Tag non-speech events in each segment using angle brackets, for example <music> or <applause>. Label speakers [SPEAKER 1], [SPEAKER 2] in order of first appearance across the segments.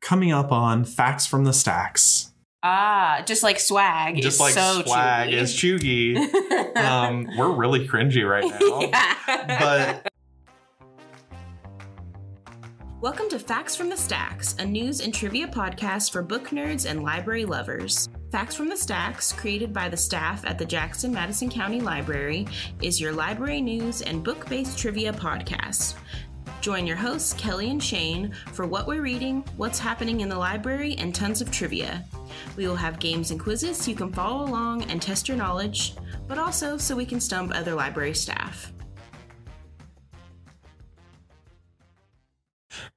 [SPEAKER 1] coming up on Facts from the Stacks.
[SPEAKER 2] Ah, just like swag.
[SPEAKER 1] Just
[SPEAKER 2] is
[SPEAKER 1] like
[SPEAKER 2] so
[SPEAKER 1] swag
[SPEAKER 2] chewy.
[SPEAKER 1] is
[SPEAKER 2] <laughs>
[SPEAKER 1] Chugi. um, we're really cringy right now.
[SPEAKER 2] Yeah.
[SPEAKER 1] But
[SPEAKER 2] Welcome to Facts from the Stacks, a news and trivia podcast for book nerds and library lovers. Facts from the Stacks, created by the staff at the Jackson Madison County Library, is your library news and book based trivia podcast. Join your hosts, Kelly and Shane, for what we're reading, what's happening in the library, and tons of trivia. We will have games and quizzes so you can follow along and test your knowledge, but also so we can stump other library staff.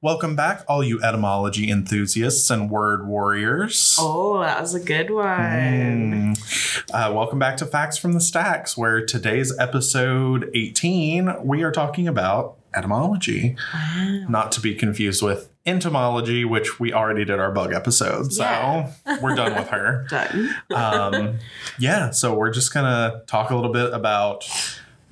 [SPEAKER 1] welcome back, all you etymology enthusiasts and word warriors.
[SPEAKER 2] Oh, that was a good one.
[SPEAKER 1] Mm. Uh, welcome back to Facts from the Stacks, where today's episode 18, we are talking about etymology, not to be confused with entomology, which we already did our bug episode. So
[SPEAKER 2] Yeah.
[SPEAKER 1] we're done with
[SPEAKER 2] <laughs>
[SPEAKER 1] her.
[SPEAKER 2] Done.
[SPEAKER 1] Um, yeah, so we're just going to talk a little bit about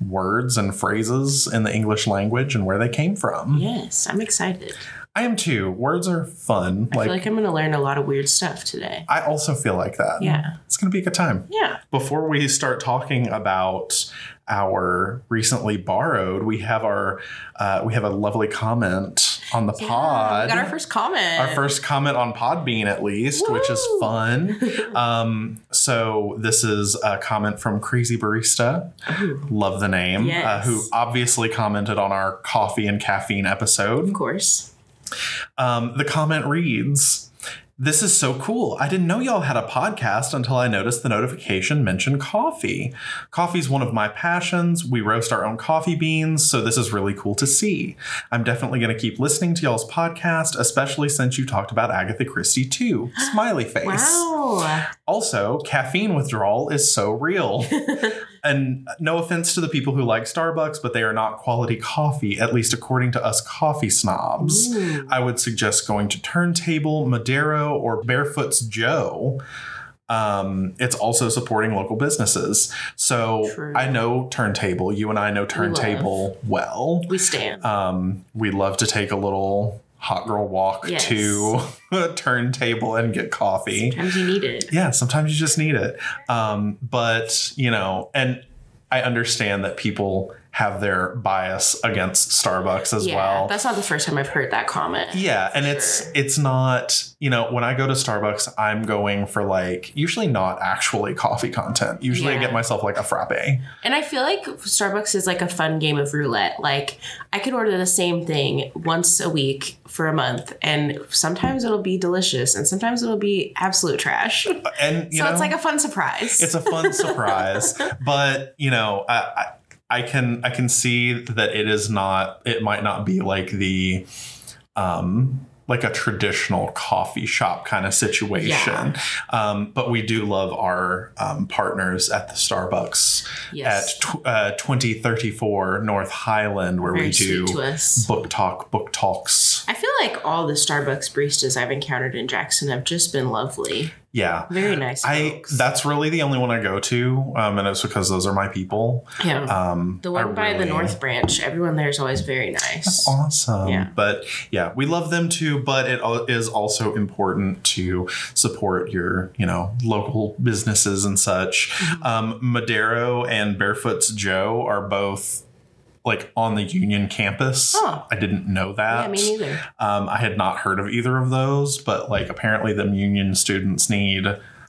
[SPEAKER 1] words and phrases in the English language and where they came from.
[SPEAKER 3] Yes, I'm excited.
[SPEAKER 1] I am too. Words are fun.
[SPEAKER 3] I feel like I'm going to learn a lot of weird stuff today.
[SPEAKER 1] I also feel like that.
[SPEAKER 3] Yeah.
[SPEAKER 1] It's going to be a good time.
[SPEAKER 3] Yeah.
[SPEAKER 1] Before we start talking about our recently borrowed, we have our uh, we have a lovely comment on the pod.
[SPEAKER 3] We got our first comment.
[SPEAKER 1] Our first comment on Podbean, at least, which is
[SPEAKER 3] Woo! <laughs>
[SPEAKER 1] fun. Um, so this is a comment from Crazy Barista.
[SPEAKER 3] Ooh,
[SPEAKER 1] Love the name. Uh,
[SPEAKER 3] Yes.
[SPEAKER 1] who obviously commented on our coffee and caffeine episode.
[SPEAKER 3] of course.
[SPEAKER 1] Um, the comment reads This is so cool. I didn't know y'all had a podcast until I noticed the notification mentioned coffee. Coffee's one of my passions. We roast our own coffee beans, so this is really cool to see. I'm definitely going to keep listening to y'all's podcast, especially since you talked about Agatha Christie too. Smiley face. <laughs>
[SPEAKER 3] Wow.
[SPEAKER 1] Also, caffeine withdrawal is so real. and no offense to the people who like Starbucks, but they are not quality coffee, at least according to us coffee snobs.
[SPEAKER 3] Ooh.
[SPEAKER 1] I would suggest going to Turntable, Madero, or Barefoot's Joe. Um, it's also supporting local businesses. So
[SPEAKER 3] True.
[SPEAKER 1] I know Turntable. You and I know Turntable well.
[SPEAKER 3] We stand.
[SPEAKER 1] Um, we love to take a little hot girl walk
[SPEAKER 3] Yes.
[SPEAKER 1] to <laughs> Turntable and get coffee
[SPEAKER 3] Sometimes you need it.
[SPEAKER 1] yeah sometimes you just need it um, but you know and i understand that people have their bias against starbucks as
[SPEAKER 3] yeah.
[SPEAKER 1] well
[SPEAKER 3] That's not the first time I've heard that comment.
[SPEAKER 1] yeah and it's
[SPEAKER 3] Sure.
[SPEAKER 1] it's not you know when i go to starbucks i'm going for like usually not actually coffee content usually i
[SPEAKER 3] Yeah.
[SPEAKER 1] get myself like a frappe
[SPEAKER 3] And I feel like Starbucks is like a fun game of roulette. Like I could order the same thing once a week for a month, and sometimes it'll be delicious, and sometimes it'll be absolute trash.
[SPEAKER 1] and <laughs> you
[SPEAKER 3] so
[SPEAKER 1] know
[SPEAKER 3] it's like a <laughs> fun surprise.
[SPEAKER 1] it's a fun surprise but you know I, I i can i can see that it is not it might not be like the um like a traditional coffee shop kind of situation um, but we do love our um, partners at the starbucks
[SPEAKER 3] yes.
[SPEAKER 1] at tw- uh, 2034 north highland where
[SPEAKER 3] Very
[SPEAKER 1] we do
[SPEAKER 3] sweet to us.
[SPEAKER 1] book talk book talks
[SPEAKER 3] I feel like all the Starbucks baristas I've encountered in Jackson have just been lovely.
[SPEAKER 1] yeah
[SPEAKER 3] Very nice.
[SPEAKER 1] I
[SPEAKER 3] folks.
[SPEAKER 1] that's really the only one I go to, um, and it's because those are my people.
[SPEAKER 3] yeah.
[SPEAKER 1] Um,
[SPEAKER 3] the
[SPEAKER 1] I
[SPEAKER 3] one by the
[SPEAKER 1] really-
[SPEAKER 3] North Branch, everyone there is always very nice.
[SPEAKER 1] awesome
[SPEAKER 3] Yeah.
[SPEAKER 1] but yeah we love them too but it al- is also important to support your you know local businesses and such
[SPEAKER 3] Mm-hmm.
[SPEAKER 1] um, madero and barefoots joe are both like on the union campus
[SPEAKER 3] Huh.
[SPEAKER 1] i didn't know that
[SPEAKER 3] yeah, me neither.
[SPEAKER 1] um, i had not heard of either of those but like apparently them union students need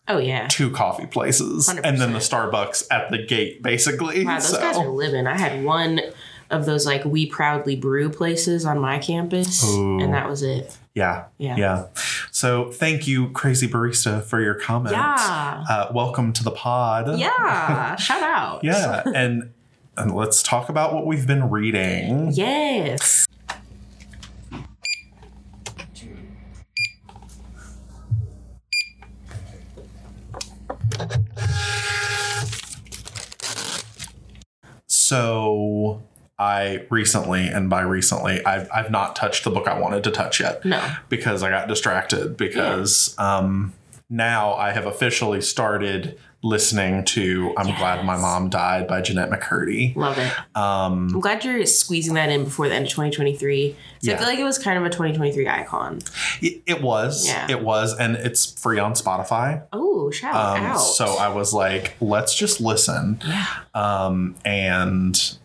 [SPEAKER 3] Oh yeah.
[SPEAKER 1] two coffee places and then the starbucks at the gate basically
[SPEAKER 3] Wow, those
[SPEAKER 1] so
[SPEAKER 3] guys are living. I had one of those like we proudly brew places on my campus,
[SPEAKER 1] Ooh.
[SPEAKER 3] and that was it.
[SPEAKER 1] yeah
[SPEAKER 3] Yeah.
[SPEAKER 1] Yeah. So thank you, Crazy Barista, for your comments.
[SPEAKER 3] Yeah.
[SPEAKER 1] Uh, welcome to the pod.
[SPEAKER 3] Yeah. Shout out. <laughs>
[SPEAKER 1] Yeah. and, and let's talk about what we've been reading.
[SPEAKER 3] Yes.
[SPEAKER 1] So I recently, and by recently, I've, I've not touched the book I wanted to touch yet
[SPEAKER 3] No.
[SPEAKER 1] because I got distracted because um, now I have officially started listening to I'm Glad My
[SPEAKER 3] Yes.
[SPEAKER 1] Mom Died by Jeanette McCurdy.
[SPEAKER 3] Love it.
[SPEAKER 1] Um,
[SPEAKER 3] I'm glad you're squeezing that in before the end of 2023. So
[SPEAKER 1] Yeah.
[SPEAKER 3] I feel like it was kind of a 2023 icon.
[SPEAKER 1] it, it was.
[SPEAKER 3] Yeah.
[SPEAKER 1] It was. And it's free on Spotify.
[SPEAKER 3] Oh, shout
[SPEAKER 1] Um,
[SPEAKER 3] out.
[SPEAKER 1] so I was like, let's just listen.
[SPEAKER 3] yeah.
[SPEAKER 1] Um, and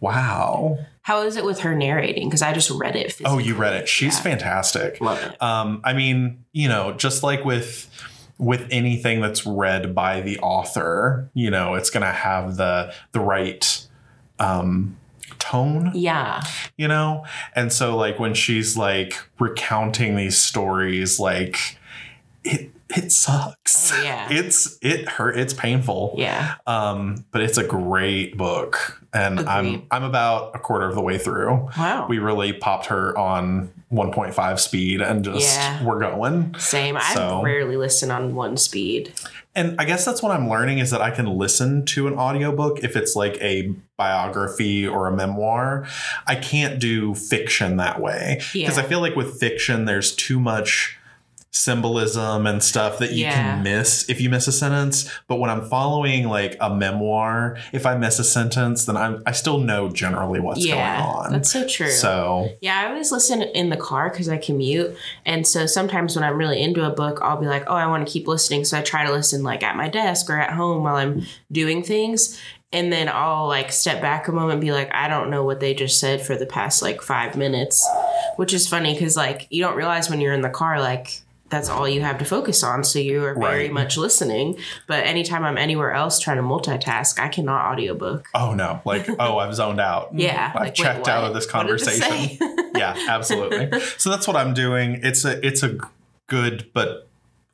[SPEAKER 1] wow.
[SPEAKER 3] How is it with her narrating? Because I just read it.
[SPEAKER 1] Oh,
[SPEAKER 3] Physically.
[SPEAKER 1] you read it. She's
[SPEAKER 3] Yeah.
[SPEAKER 1] fantastic.
[SPEAKER 3] Love it.
[SPEAKER 1] Um, I mean, you know, just like with with anything that's read by the author, you know, it's gonna have the the right um tone, <laughs>
[SPEAKER 3] Yeah.
[SPEAKER 1] you know? And so like when she's like recounting these stories, like it it sucks.
[SPEAKER 3] Oh, yeah.
[SPEAKER 1] It's it hurt it's painful.
[SPEAKER 3] Yeah.
[SPEAKER 1] Um, but it's a great book. And I'm
[SPEAKER 3] Agreed.
[SPEAKER 1] I'm about a quarter of the way through
[SPEAKER 3] Wow.
[SPEAKER 1] we really popped her on 1.5 speed and just
[SPEAKER 3] Yeah.
[SPEAKER 1] we're going.
[SPEAKER 3] Same. I
[SPEAKER 1] So-
[SPEAKER 3] rarely listen on one speed.
[SPEAKER 1] And I guess that's what I'm learning is that I can listen to an audiobook if it's like a biography or a memoir. I can't do fiction that way because
[SPEAKER 3] Yeah.
[SPEAKER 1] I feel like with fiction there's too much symbolism and stuff that you
[SPEAKER 3] Yeah.
[SPEAKER 1] can miss if you miss a sentence but when i'm following like a memoir if i miss a sentence then I'm, i still know generally what's
[SPEAKER 3] yeah.
[SPEAKER 1] going on
[SPEAKER 3] That's so true.
[SPEAKER 1] so
[SPEAKER 3] Yeah, I always listen in the car because I commute. And so sometimes when I'm really into a book, I'll be like, oh, I want to keep listening. So I try to listen like at my desk or at home while I'm doing things. And then I'll like step back a moment and be like, I don't know what they just said for the past like five minutes, which is funny because like you don't realize when you're in the car, like, that's all you have to focus on. So you are very
[SPEAKER 1] Right.
[SPEAKER 3] much listening. But anytime I'm anywhere else trying to multitask, I cannot audiobook.
[SPEAKER 1] oh no
[SPEAKER 3] <laughs>
[SPEAKER 1] like oh i've zoned out
[SPEAKER 3] Yeah.
[SPEAKER 1] i've
[SPEAKER 3] like, wait,
[SPEAKER 1] checked out
[SPEAKER 3] what?
[SPEAKER 1] of this
[SPEAKER 3] What did it say?
[SPEAKER 1] conversation
[SPEAKER 3] <laughs>
[SPEAKER 1] yeah absolutely so that's what i'm doing it's a it's a good but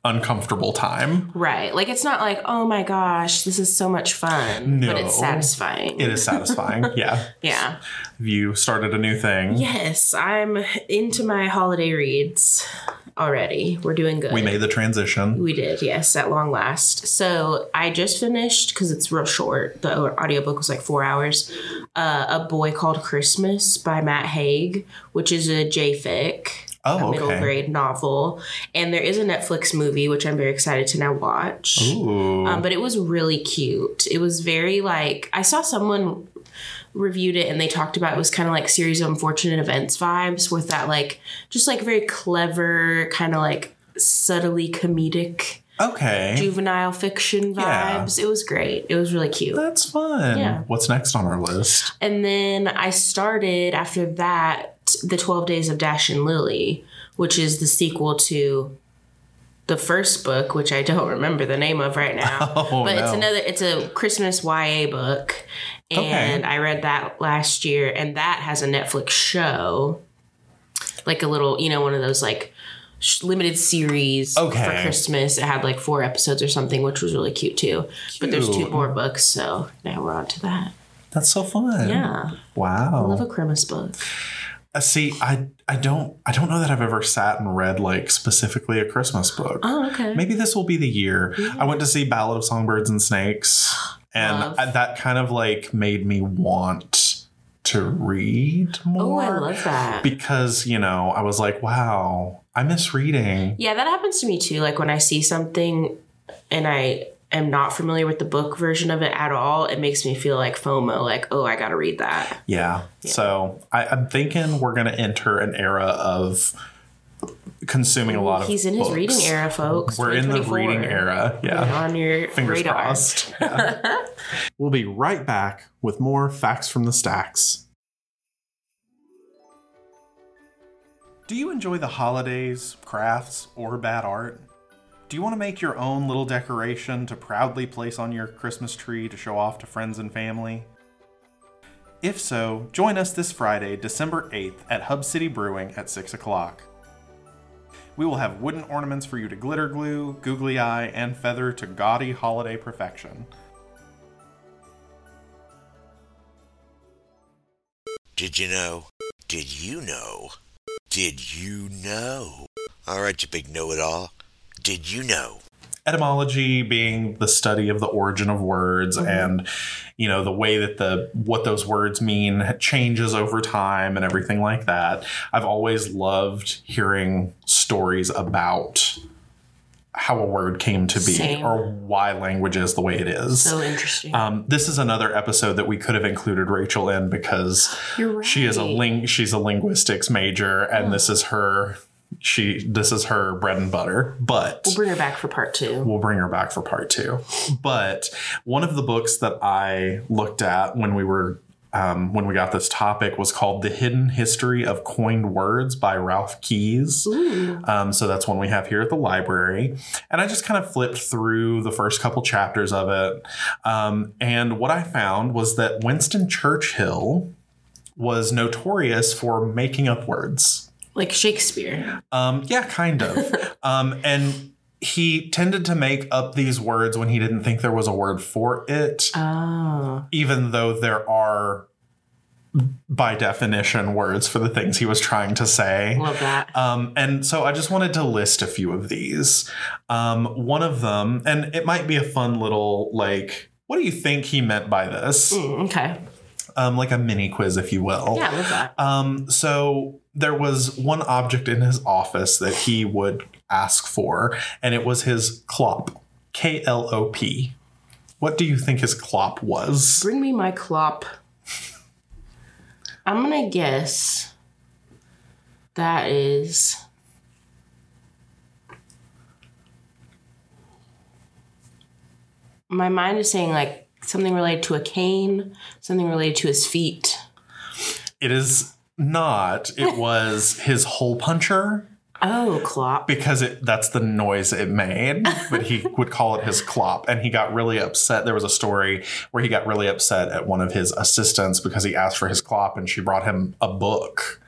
[SPEAKER 1] uncomfortable time
[SPEAKER 3] Right. Like it's not like, oh my gosh, this is so much fun.
[SPEAKER 1] No.
[SPEAKER 3] But it's satisfying.
[SPEAKER 1] it is satisfying
[SPEAKER 3] <laughs>
[SPEAKER 1] yeah
[SPEAKER 3] Yeah.
[SPEAKER 1] Have you started a new thing
[SPEAKER 3] Yes, I'm into my holiday reads already. We're doing good.
[SPEAKER 1] we made the transition
[SPEAKER 3] We did, yes, at long last. So I just finished because it's real short. The audiobook was like four hours. Uh, a Boy Called Christmas by Matt Haig, which is a JFIC. a
[SPEAKER 1] oh
[SPEAKER 3] middle
[SPEAKER 1] okay
[SPEAKER 3] grade novel. And there is a Netflix movie, which I'm very excited to now watch.
[SPEAKER 1] Ooh.
[SPEAKER 3] Um, but it was really cute. It was very like I saw someone reviewed it and they talked about it was kind of like series of unfortunate events vibes with that like just like very clever kind of like subtly comedic
[SPEAKER 1] okay
[SPEAKER 3] juvenile fiction
[SPEAKER 1] Yeah.
[SPEAKER 3] vibes. It was great. It was really cute.
[SPEAKER 1] that's fun
[SPEAKER 3] Yeah.
[SPEAKER 1] what's next on our list
[SPEAKER 3] And then I started after that the 12 Days of Dash and Lily, which is the sequel to the first book, which I don't remember the name of right now.
[SPEAKER 1] <laughs> Oh,
[SPEAKER 3] but it's
[SPEAKER 1] no.
[SPEAKER 3] another it's a Christmas YA book. And I read that last year and that has a Netflix show. Like a little, you know, one of those like sh- limited series
[SPEAKER 1] Okay.
[SPEAKER 3] for Christmas. It had like four episodes or something, which was really cute too. But there's two
[SPEAKER 1] Cute.
[SPEAKER 3] more books, so now we're on to that.
[SPEAKER 1] that's so fun
[SPEAKER 3] Yeah.
[SPEAKER 1] wow
[SPEAKER 3] I love a Christmas book.
[SPEAKER 1] Uh, see i i don't i don't know that i've ever sat and read like specifically a christmas book
[SPEAKER 3] Oh, okay.
[SPEAKER 1] <laughs> Maybe this will be the year. I went to see Ballad of Songbirds and
[SPEAKER 3] <gasps>
[SPEAKER 1] Snakes, and
[SPEAKER 3] Love.
[SPEAKER 1] I- that kind of like made me want to read
[SPEAKER 3] oh,
[SPEAKER 1] more.
[SPEAKER 3] I love that.
[SPEAKER 1] Because, you know, I was like, wow, I miss reading.
[SPEAKER 3] yeah, that happens to me too. Like when I see something and I am not familiar with the book version of it at all, it makes me feel like FOMO, like, oh, I got to read that.
[SPEAKER 1] Yeah. So I, I'm thinking we're going to enter an era of consuming a lot of
[SPEAKER 3] He's in his
[SPEAKER 1] books.
[SPEAKER 3] reading era, folks.
[SPEAKER 1] We're in the
[SPEAKER 3] 2024.
[SPEAKER 1] reading era.
[SPEAKER 3] Get
[SPEAKER 1] Yeah.
[SPEAKER 3] on your
[SPEAKER 1] Fingers
[SPEAKER 3] radar. <laughs>
[SPEAKER 1] crossed. Yeah. we'll be right back with more facts from the stacks. Do you enjoy the holidays, crafts, or bad art? Do you want to make your own little decoration to proudly place on your Christmas tree to show off to friends and family? If so, join us this Friday, December 8th at Hub City Brewing at 6 o'clock. We will have wooden ornaments for you to glitter glue, googly eye, and feather to gaudy holiday perfection.
[SPEAKER 4] Did you know? Did you know? Did you know? All right, you big know it all. Did you know?
[SPEAKER 1] etymology being the study of the origin of words
[SPEAKER 3] Mm-hmm.
[SPEAKER 1] and you know the way that the what those words mean changes over time and everything like that i've always loved hearing stories about how a word came to be
[SPEAKER 3] Same.
[SPEAKER 1] or why language is the way it is.
[SPEAKER 3] So interesting.
[SPEAKER 1] um, this is another episode that we could have included Rachel in because
[SPEAKER 3] You're right.
[SPEAKER 1] she is a ling she's a linguistics major and this is her she this is her bread and butter. But
[SPEAKER 3] We'll bring her back for part two.
[SPEAKER 1] we'll bring her back for part two. But one of the books that I looked at when we were um, when we got this topic was called "The Hidden History of Coined Words" by Ralph Keyes. Um, so that's one we have here at the library, and I just kind of flipped through the first couple chapters of it, um, and what I found was that Winston Churchill was notorious for making up words.
[SPEAKER 3] Like Shakespeare.
[SPEAKER 1] Um, yeah, kind of. um, and he tended to make up these words when he didn't think there was a word for it, Ah.
[SPEAKER 3] Oh.
[SPEAKER 1] even though there are, by definition, words for the things he was trying to say.
[SPEAKER 3] Love that.
[SPEAKER 1] Um, and so I just wanted to list a few of these. Um, one of them, and it might be a fun little like, what do you think he meant by this?
[SPEAKER 3] Mm, okay.
[SPEAKER 1] Um, like a mini quiz, if you will.
[SPEAKER 3] Yeah, I love that.
[SPEAKER 1] Um, so there was one object in his office that he would ask for, and it was his clop. K L O P. What do you think his clop was?
[SPEAKER 3] Bring me my clop. I'm gonna guess that is my mind is saying like something related to a cane, something related to his feet.
[SPEAKER 1] It is not. It was his hole puncher
[SPEAKER 3] Oh, clop.
[SPEAKER 1] because it that's the noise it made, but
[SPEAKER 3] <laughs>
[SPEAKER 1] he would call it his clop. And he got really upset. There was a story where he got really upset at one of his assistants because he asked for his clop and she brought him a
[SPEAKER 3] <laughs>
[SPEAKER 1] book,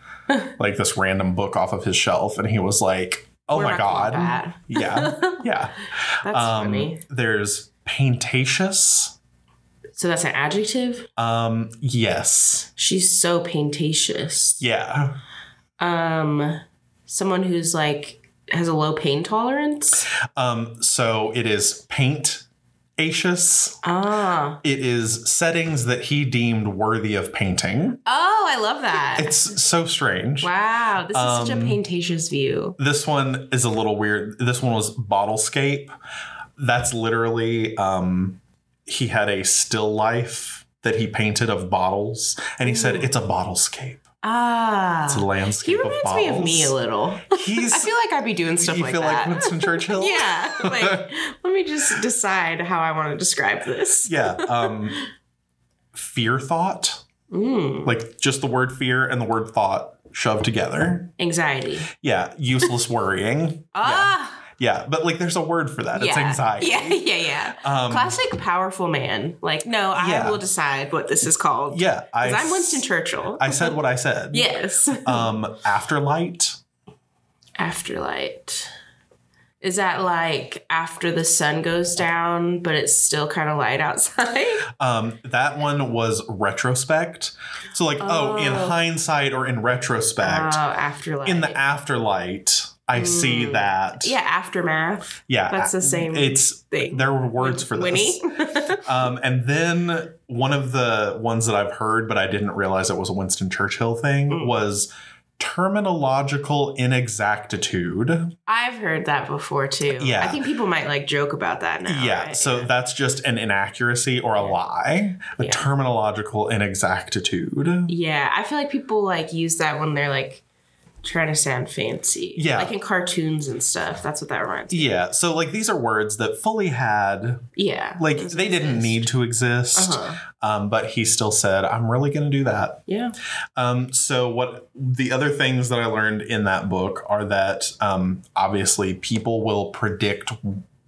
[SPEAKER 1] like this random book off of his shelf. And he was like, Oh
[SPEAKER 3] We're
[SPEAKER 1] my
[SPEAKER 3] not calling
[SPEAKER 1] God.
[SPEAKER 3] that.
[SPEAKER 1] Yeah.
[SPEAKER 3] <laughs>
[SPEAKER 1] Yeah.
[SPEAKER 3] That's
[SPEAKER 1] um,
[SPEAKER 3] funny.
[SPEAKER 1] There's paintatious.
[SPEAKER 3] So that's an adjective.
[SPEAKER 1] Um, yes.
[SPEAKER 3] She's so paintatious.
[SPEAKER 1] Yeah.
[SPEAKER 3] Um, someone who's like has a low pain tolerance.
[SPEAKER 1] Um, so it is paint. It
[SPEAKER 3] Ah.
[SPEAKER 1] is settings that he deemed worthy of painting.
[SPEAKER 3] Oh, I love that.
[SPEAKER 1] It's so strange.
[SPEAKER 3] wow, this is such a
[SPEAKER 1] Um,
[SPEAKER 3] paintatious view.
[SPEAKER 1] This one is a little weird. This one was Bottlescape. That's literally um he had a still life that he painted of bottles and he said it's a bottlescape. It's a
[SPEAKER 3] Ah. He
[SPEAKER 1] landscape of
[SPEAKER 3] reminds
[SPEAKER 1] bottles.
[SPEAKER 3] me of me a little.
[SPEAKER 1] He's
[SPEAKER 3] <laughs> I feel like I'd be doing stuff
[SPEAKER 1] you
[SPEAKER 3] like
[SPEAKER 1] feel like
[SPEAKER 3] that. <laughs>
[SPEAKER 1] Winston Churchill?
[SPEAKER 3] yeah. Like, let me just decide how I want to describe this.
[SPEAKER 1] Yeah. Um fear thought.
[SPEAKER 3] Mm,
[SPEAKER 1] Like just the word fear and the word thought shoved together.
[SPEAKER 3] anxiety.
[SPEAKER 1] Yeah. Useless
[SPEAKER 3] <laughs>
[SPEAKER 1] worrying. Yeah.
[SPEAKER 3] Ah.
[SPEAKER 1] Yeah. But like there's a word for that.
[SPEAKER 3] Yeah.
[SPEAKER 1] It's anxiety.
[SPEAKER 3] Yeah, <laughs> yeah, yeah.
[SPEAKER 1] Um,
[SPEAKER 3] Classic powerful man. Like, no, I
[SPEAKER 1] Yeah.
[SPEAKER 3] will decide what this is called.
[SPEAKER 1] Yeah. I,
[SPEAKER 3] Because I'm Winston Churchill.
[SPEAKER 1] I said what I said.
[SPEAKER 3] yes.
[SPEAKER 1] Um, afterlight.
[SPEAKER 3] Afterlight. Is that like after the sun goes down, but it's still kind of light outside?
[SPEAKER 1] <laughs> Um, that one was retrospect. So like, oh, in
[SPEAKER 3] Oh.
[SPEAKER 1] hindsight or in
[SPEAKER 3] Oh,
[SPEAKER 1] retrospect,
[SPEAKER 3] afterlight.
[SPEAKER 1] in the afterlight, I see that.
[SPEAKER 3] Mm. yeah, aftermath.
[SPEAKER 1] Yeah.
[SPEAKER 3] That's the same
[SPEAKER 1] It's
[SPEAKER 3] thing.
[SPEAKER 1] there were words for this.
[SPEAKER 3] Winnie.
[SPEAKER 1] Um, and then one of the ones that I've heard, but I didn't realize it was a Winston Churchill thing,
[SPEAKER 3] Mm.
[SPEAKER 1] was terminological inexactitude.
[SPEAKER 3] <laughs> I've heard that before too.
[SPEAKER 1] Uh, Yeah.
[SPEAKER 3] I think people might like joke about that now.
[SPEAKER 1] yeah,
[SPEAKER 3] right?
[SPEAKER 1] so that's just an inaccuracy or a lie, a
[SPEAKER 3] Yeah.
[SPEAKER 1] terminological inexactitude.
[SPEAKER 3] yeah, I feel like people like use that when they're like trying to sound fancy.
[SPEAKER 1] Yeah.
[SPEAKER 3] Like in cartoons and stuff. That's what that reminds me.
[SPEAKER 1] Yeah, so like these are words that fully had,
[SPEAKER 3] Yeah.
[SPEAKER 1] like,
[SPEAKER 3] Doesn't
[SPEAKER 1] they didn't
[SPEAKER 3] exist.
[SPEAKER 1] need to exist,
[SPEAKER 3] Uh-huh.
[SPEAKER 1] um, but he still said, I'm really going to do that.
[SPEAKER 3] Yeah.
[SPEAKER 1] Um, so what the other things that I learned in that book are that um, obviously people will predict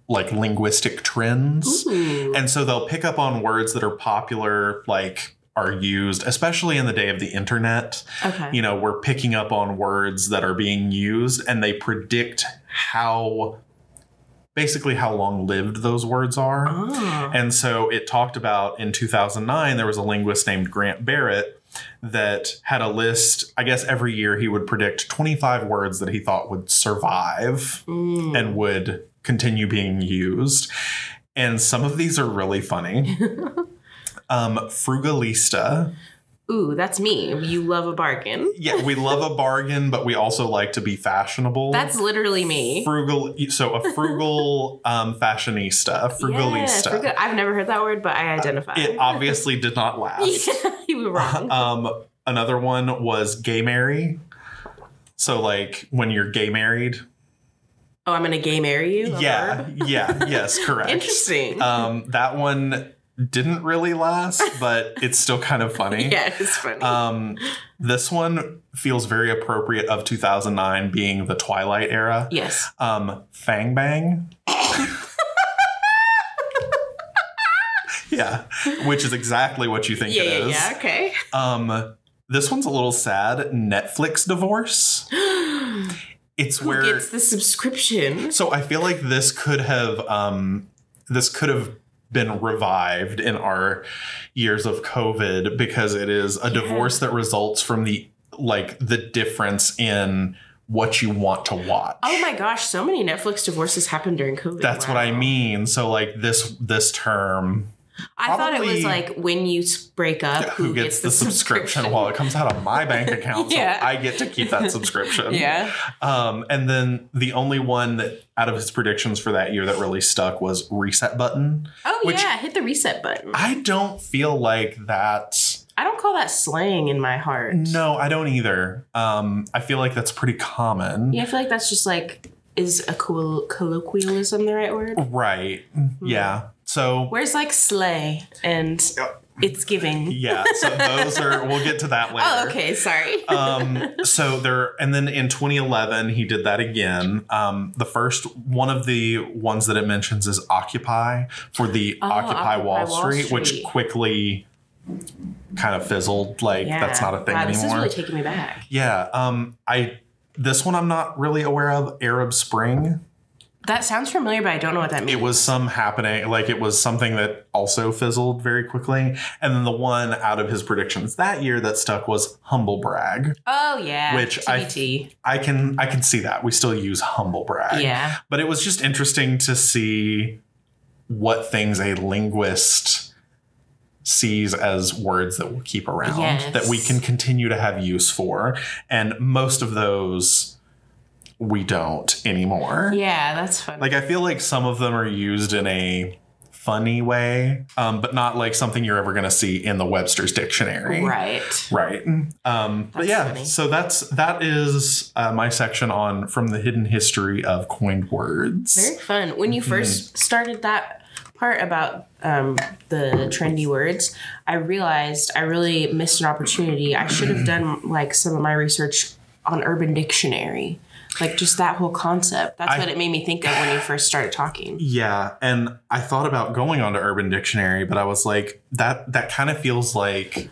[SPEAKER 1] like linguistic trends,
[SPEAKER 3] Ooh.
[SPEAKER 1] and so they'll pick up on words that are popular, like are used, especially in the day of the internet.
[SPEAKER 3] Okay.
[SPEAKER 1] You know, we're picking up on words that are being used, and they predict how basically how long lived those words are.
[SPEAKER 3] Ah.
[SPEAKER 1] And so it talked about in 2009, there was a linguist named Grant Barrett that had a list. I guess every year he would predict 25 words that he thought would survive
[SPEAKER 3] Mm.
[SPEAKER 1] and would continue being used. And some of these are really funny. um, frugalista.
[SPEAKER 3] Ooh, that's me. You love a bargain.
[SPEAKER 1] Yeah, we love a bargain, but we also like to be fashionable.
[SPEAKER 3] That's literally me.
[SPEAKER 1] frugal. So a
[SPEAKER 3] <laughs>
[SPEAKER 1] frugal um, fashionista, a frugalista. Uh,
[SPEAKER 3] Yeah, frugal- I've never heard that word, but I identify.
[SPEAKER 1] It obviously did not last.
[SPEAKER 3] <laughs> yeah, you were wrong.
[SPEAKER 1] um, another one was gay marry. So like when you're gay married.
[SPEAKER 3] oh, I'm gonna gay marry you. a
[SPEAKER 1] Uh-huh. yeah,
[SPEAKER 3] verb?
[SPEAKER 1] yeah,
[SPEAKER 3] <laughs>
[SPEAKER 1] yes, correct.
[SPEAKER 3] Interesting.
[SPEAKER 1] Um, that one didn't really last, but it's still kind of funny.
[SPEAKER 3] <laughs> yeah, it's funny.
[SPEAKER 1] Um, this one feels very appropriate of 2009 being the Twilight era.
[SPEAKER 3] yes.
[SPEAKER 1] Um, Fang Bang. yeah, which is exactly what you think
[SPEAKER 3] Yeah,
[SPEAKER 1] it
[SPEAKER 3] yeah,
[SPEAKER 1] is.
[SPEAKER 3] yeah. Okay. <gasps>
[SPEAKER 1] Um, this one's a little sad. Netflix divorce. It's
[SPEAKER 3] Who
[SPEAKER 1] where
[SPEAKER 3] gets the subscription?
[SPEAKER 1] so I feel like this could have um, this could have been revived in our years of COVID because it is a divorce that results from the like the difference in what you want to watch.
[SPEAKER 3] Oh my gosh, so many Netflix divorces happened during COVID.
[SPEAKER 1] That's what I
[SPEAKER 3] Wow.
[SPEAKER 1] mean. So like this this term
[SPEAKER 3] I thought it
[SPEAKER 1] Probably-
[SPEAKER 3] was like when you s- break up,
[SPEAKER 1] who, gets, the, subscription? Well, it comes out of my
[SPEAKER 3] <laughs>
[SPEAKER 1] bank account,
[SPEAKER 3] Yeah.
[SPEAKER 1] so I get to keep
[SPEAKER 3] <laughs>
[SPEAKER 1] that subscription.
[SPEAKER 3] Yeah.
[SPEAKER 1] Um, and then the only one that out of his predictions for that year that really stuck was reset button.
[SPEAKER 3] Oh
[SPEAKER 1] Which-
[SPEAKER 3] yeah, hit the reset button. I,
[SPEAKER 1] I don't feel like that.
[SPEAKER 3] don't call that slang in my heart.
[SPEAKER 1] No, I don't either. Um, I feel like that's pretty common.
[SPEAKER 3] Yeah, I feel like that's just like is a cool colloquialism the right word?
[SPEAKER 1] Right.
[SPEAKER 3] Mm-hmm.
[SPEAKER 1] Yeah. So
[SPEAKER 3] Where's like slay and it's
[SPEAKER 1] <laughs>
[SPEAKER 3] giving.
[SPEAKER 1] yeah. So those are. We'll get to that later.
[SPEAKER 3] <laughs> Oh, okay, sorry.
[SPEAKER 1] um, so there, and then in 2011, he did that again. Um, the first one of the ones that it mentions is Occupy for the
[SPEAKER 3] Oh,
[SPEAKER 1] Occupy,
[SPEAKER 3] Occupy
[SPEAKER 1] Wall,
[SPEAKER 3] Wall
[SPEAKER 1] Street, which
[SPEAKER 3] Street.
[SPEAKER 1] quickly kind of fizzled. Like
[SPEAKER 3] Yeah.
[SPEAKER 1] that's not a thing
[SPEAKER 3] Wow, This is
[SPEAKER 1] anymore.
[SPEAKER 3] really taking me back.
[SPEAKER 1] yeah. Um, I this one I'm not really aware of. Arab Spring.
[SPEAKER 3] That sounds familiar, but I don't know what that means.
[SPEAKER 1] It was some happening. Like it was something that also fizzled very quickly. And then the one out of his predictions that year that stuck was Humble Brag.
[SPEAKER 3] oh yeah,
[SPEAKER 1] Which I-
[SPEAKER 3] TBT.
[SPEAKER 1] I can I can see that. We still use humble brag.
[SPEAKER 3] yeah,
[SPEAKER 1] But it was just interesting to see what things a linguist sees as words that will keep around
[SPEAKER 3] Yes.
[SPEAKER 1] that we can continue to have use for. And most of those we don't anymore.
[SPEAKER 3] yeah, that's funny.
[SPEAKER 1] Like I feel like some of them are used in a funny way, um, but not like something you're ever gonna see in the Webster's dictionary.
[SPEAKER 3] right.
[SPEAKER 1] Right. Um, but
[SPEAKER 3] That's
[SPEAKER 1] yeah,
[SPEAKER 3] funny.
[SPEAKER 1] so that's that is uh, my section on from the hidden history of coined words.
[SPEAKER 3] Very fun. When you 1st
[SPEAKER 1] Mm-hmm.
[SPEAKER 3] started that part about um, the trendy words, I realized I really missed an opportunity. I should have done like some of my research on Urban Dictionary, like just that whole concept. That's
[SPEAKER 1] I-
[SPEAKER 3] what it made me think of when you first started talking.
[SPEAKER 1] yeah, and I thought about going onto Urban Dictionary, but I was like that that kind of feels like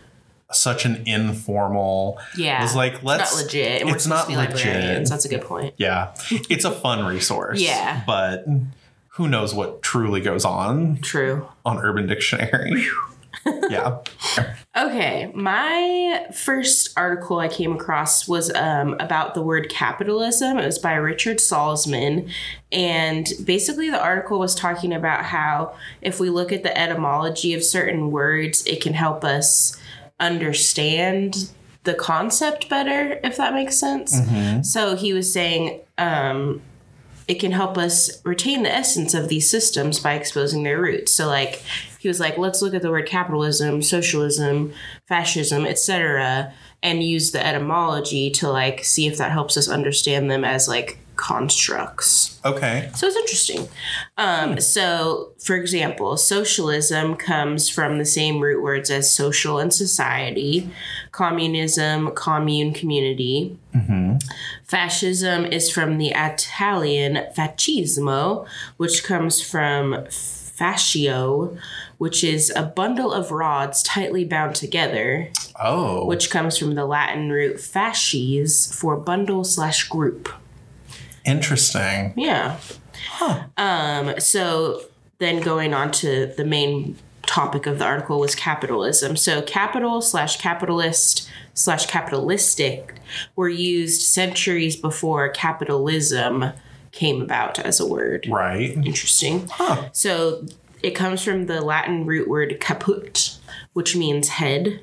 [SPEAKER 1] such an informal.
[SPEAKER 3] Yeah,
[SPEAKER 1] I was like, let's
[SPEAKER 3] it's not legit. And we're
[SPEAKER 1] it's
[SPEAKER 3] supposed to
[SPEAKER 1] not
[SPEAKER 3] be
[SPEAKER 1] legit.
[SPEAKER 3] librarians. That's a good point.
[SPEAKER 1] yeah, it's a fun resource.
[SPEAKER 3] <laughs> Yeah.
[SPEAKER 1] but who knows what truly goes on
[SPEAKER 3] True.
[SPEAKER 1] on Urban
[SPEAKER 3] <laughs>
[SPEAKER 1] Dictionary? yeah.
[SPEAKER 3] Okay, my first article I came across was um, about the word capitalism. It was by Richard Salzman. And basically, the article was talking about how if we look at the etymology of certain words, it can help us understand the concept better, if that makes sense. So he was saying, um, it can help us retain the essence of these systems by exposing their roots. So like he was like, let's look at the word capitalism, socialism, fascism, etc., and use the etymology to like see if that helps us understand them as like constructs.
[SPEAKER 1] Okay.
[SPEAKER 3] So it's interesting. Um, So, for example, socialism comes from the same root words as social and society, communism, commune, community. Fascism is from the Italian fascismo, which comes from fascio, which is a bundle of rods tightly bound together,
[SPEAKER 1] Oh,
[SPEAKER 3] which comes from the Latin root fasces for bundle slash group.
[SPEAKER 1] interesting.
[SPEAKER 3] Yeah. Um, so then going on to the main topic of the article was capitalism. So capital slash capitalist slash capitalistic were used centuries before capitalism came about as a word.
[SPEAKER 1] Right.
[SPEAKER 3] Interesting. So it comes from the Latin root word caput, which means head.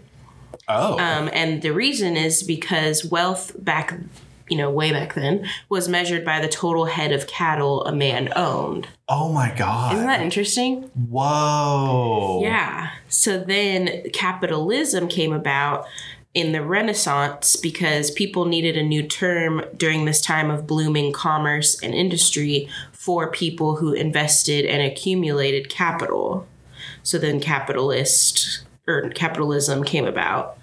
[SPEAKER 1] Oh.
[SPEAKER 3] Um, and the reason is because wealth back, you know, way back then was measured by the total head of cattle a man owned.
[SPEAKER 1] oh my God.
[SPEAKER 3] Isn't that interesting?
[SPEAKER 1] Whoa.
[SPEAKER 3] Yeah. So then capitalism came about in the Renaissance because people needed a new term during this time of blooming commerce and industry for people who invested and accumulated capital. So then capitalist or capitalism came about.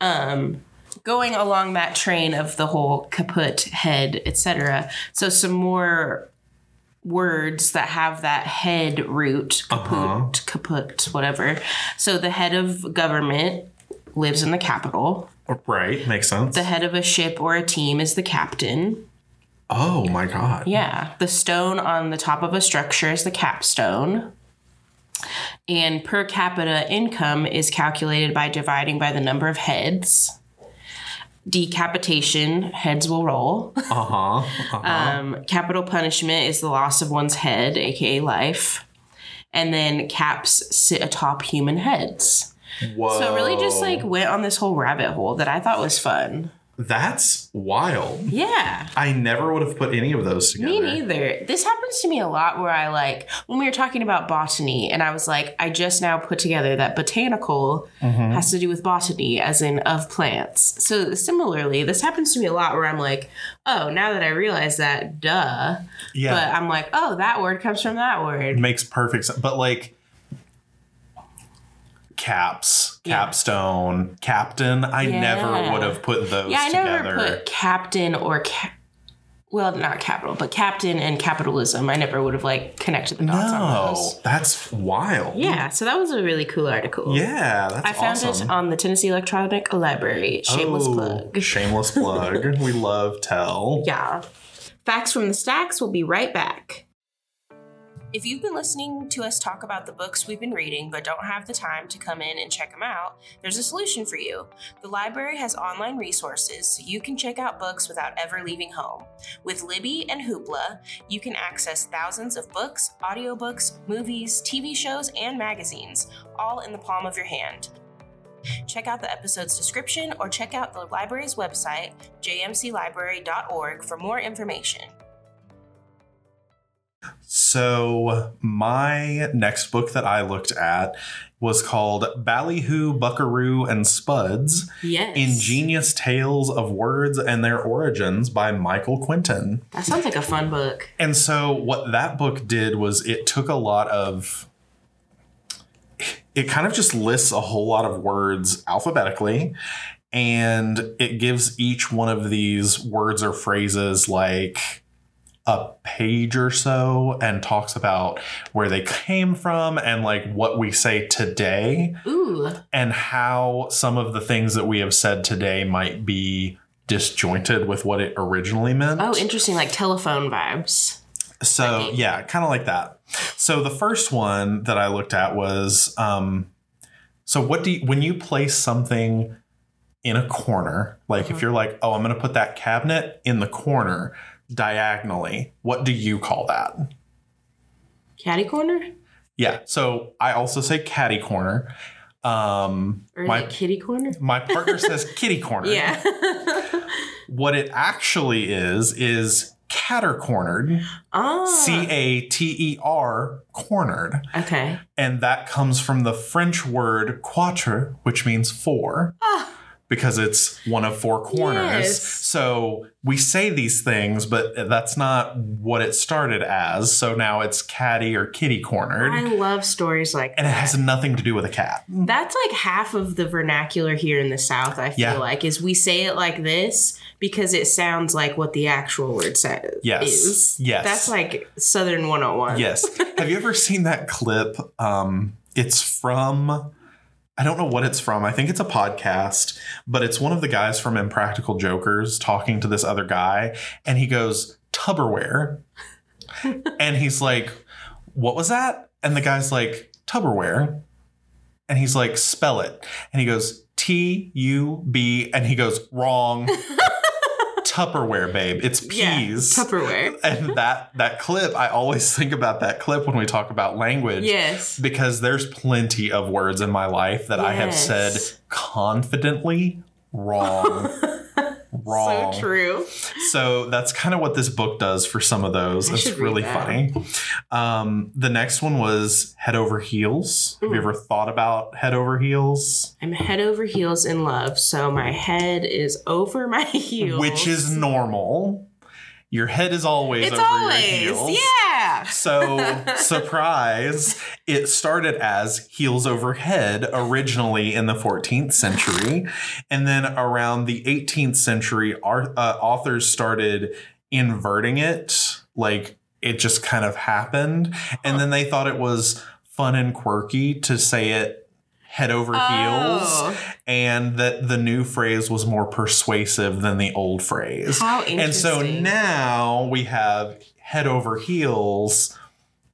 [SPEAKER 3] Um, going along that train of the whole kaput head, etc. So some more words that have that head root kaput kaput whatever so the head of government lives in the capital
[SPEAKER 1] Right. Makes sense.
[SPEAKER 3] the head of a ship or a team is the captain
[SPEAKER 1] oh my God.
[SPEAKER 3] yeah the stone on the top of a structure is the capstone and per capita income is calculated by dividing by the number of heads decapitation heads will roll
[SPEAKER 1] Uh huh.
[SPEAKER 3] Um, capital punishment is the loss of one's head, aka life. And then caps sit atop human heads.
[SPEAKER 1] Whoa.
[SPEAKER 3] So it really just
[SPEAKER 1] Oh.
[SPEAKER 3] like went on this whole rabbit hole that I thought was fun.
[SPEAKER 1] That's wild.
[SPEAKER 3] Yeah.
[SPEAKER 1] I never would have put any of those together.
[SPEAKER 3] Me neither. This happens to me a lot where I like when we were talking about botany and I was like, I just now put together that botanical has to do with botany as in of plants. So similarly, this happens to me a lot where I'm like, oh, now that I realize that, duh. But
[SPEAKER 1] Yeah.
[SPEAKER 3] I'm like, oh, that word comes from that word.
[SPEAKER 1] it makes perfect sense. But like caps,
[SPEAKER 3] Yeah.
[SPEAKER 1] capstone, captain, I never
[SPEAKER 3] Yeah.
[SPEAKER 1] would have put those
[SPEAKER 3] Yeah, I never
[SPEAKER 1] together.
[SPEAKER 3] put captain or ca- well, not capital, but captain and capitalism. I never would have like connected the dots on
[SPEAKER 1] no,
[SPEAKER 3] those.
[SPEAKER 1] Oh, that's wild.
[SPEAKER 3] Yeah, so that was a really cool article.
[SPEAKER 1] Yeah, that's
[SPEAKER 3] I found
[SPEAKER 1] awesome.
[SPEAKER 3] it on the Tennessee Electronic Library. Shameless
[SPEAKER 1] Oh,
[SPEAKER 3] plug. <laughs>
[SPEAKER 1] Shameless plug. we love tell.
[SPEAKER 3] Yeah.
[SPEAKER 2] Facts from the Stacks will be right back.
[SPEAKER 3] If you've been listening to us talk about the books we've been reading but don't have the time to come in and check them out, there's a solution for you. The library has online resources so you can check out books without ever leaving home.
[SPEAKER 2] With Libby and Hoopla, you can access thousands of books, audiobooks, movies, TV shows, and magazines, all in the palm of your hand. Check out the episode's description or check out the library's website, jmclibrary.org, for more information.
[SPEAKER 1] So, my next book that I looked at was called Ballyhoo, Buckaroo, and Spuds
[SPEAKER 3] Yes.
[SPEAKER 1] Ingenious Tales of Words and Their Origins by Michael Quinton.
[SPEAKER 3] That sounds like a fun book.
[SPEAKER 1] And so what that book did was it took a lot of it kind of just lists a whole lot of words alphabetically and it gives each one of these words or phrases like a page or so and talks about where they came from and like what we say today
[SPEAKER 3] Ooh.
[SPEAKER 1] and how some of the things that we have said today might be disjointed with what it originally meant.
[SPEAKER 3] Oh, interesting. Like telephone vibes.
[SPEAKER 1] So yeah, kind of like that. So the first one that I looked at was um, so what do you, when you place something in a corner, like
[SPEAKER 3] Mm-hmm.
[SPEAKER 1] if you're like, oh, I'm going to put that cabinet in the corner diagonally, what do you call that?
[SPEAKER 3] Catty corner?
[SPEAKER 1] Yeah. So I also say catty corner. Um,
[SPEAKER 3] Or
[SPEAKER 1] My-
[SPEAKER 3] like kitty corner?
[SPEAKER 1] my partner says
[SPEAKER 3] <laughs>
[SPEAKER 1] kitty corner.
[SPEAKER 3] Yeah.
[SPEAKER 1] What it actually is is catter cornered,
[SPEAKER 3] oh.
[SPEAKER 1] C A T E R cornered.
[SPEAKER 3] Okay.
[SPEAKER 1] And that comes from the French word quatre, which means four,
[SPEAKER 3] Ah.
[SPEAKER 1] because it's one of four corners.
[SPEAKER 3] Yes.
[SPEAKER 1] So we say these things, but that's not what it started as. So now it's catty or kitty cornered.
[SPEAKER 3] I love stories like
[SPEAKER 1] and it has nothing to do with a cat.
[SPEAKER 3] That's like half of the vernacular here in the South, I feel
[SPEAKER 1] Yeah.
[SPEAKER 3] like, is we say it like this because it sounds like what the actual word says.
[SPEAKER 1] Yes.
[SPEAKER 3] Is.
[SPEAKER 1] Yes.
[SPEAKER 3] That's like Southern 101.
[SPEAKER 1] Yes. Have you ever seen that clip? Um, it's from, I don't know what it's from. I think it's a podcast, but it's one of the guys from Impractical Jokers talking to this other guy, and he goes, Tupperware.
[SPEAKER 3] <laughs>
[SPEAKER 1] and he's like, What was that? And the guy's like, Tupperware. And he's like, Spell
[SPEAKER 3] <laughs>
[SPEAKER 1] it. And he goes, T U B. And he goes, Wrong. Tupperware, babe. It's
[SPEAKER 3] Yeah,
[SPEAKER 1] peas.
[SPEAKER 3] Tupperware.
[SPEAKER 1] and that that clip, I always <laughs> think about that clip when we talk about language.
[SPEAKER 3] Yes.
[SPEAKER 1] Because there's plenty of words in my life that I have
[SPEAKER 3] Yes.
[SPEAKER 1] said confidently
[SPEAKER 3] <laughs>
[SPEAKER 1] wrong. wrong.
[SPEAKER 3] So true.
[SPEAKER 1] So that's kind of what this book does for some of those.
[SPEAKER 3] I
[SPEAKER 1] It's
[SPEAKER 3] should read
[SPEAKER 1] really
[SPEAKER 3] that.
[SPEAKER 1] funny. Um, the next one was Head Over Heels. Have you ever thought about Head Over Heels?
[SPEAKER 3] I'm head over heels in love, so my head is over my <laughs> heels.
[SPEAKER 1] Which is normal. Your head is always
[SPEAKER 3] it's
[SPEAKER 1] over
[SPEAKER 3] always
[SPEAKER 1] your heels.
[SPEAKER 3] yeah.
[SPEAKER 1] So, surprise, it started as heels over head originally in the 14th century. And then around the 18th century, our, uh, authors started inverting it. Like it just kind of happened. And then they thought it was fun and quirky to say it head over heels.
[SPEAKER 3] Oh,
[SPEAKER 1] And that the new phrase was more persuasive than the old phrase.
[SPEAKER 3] how interesting.
[SPEAKER 1] And so now we have head over heels.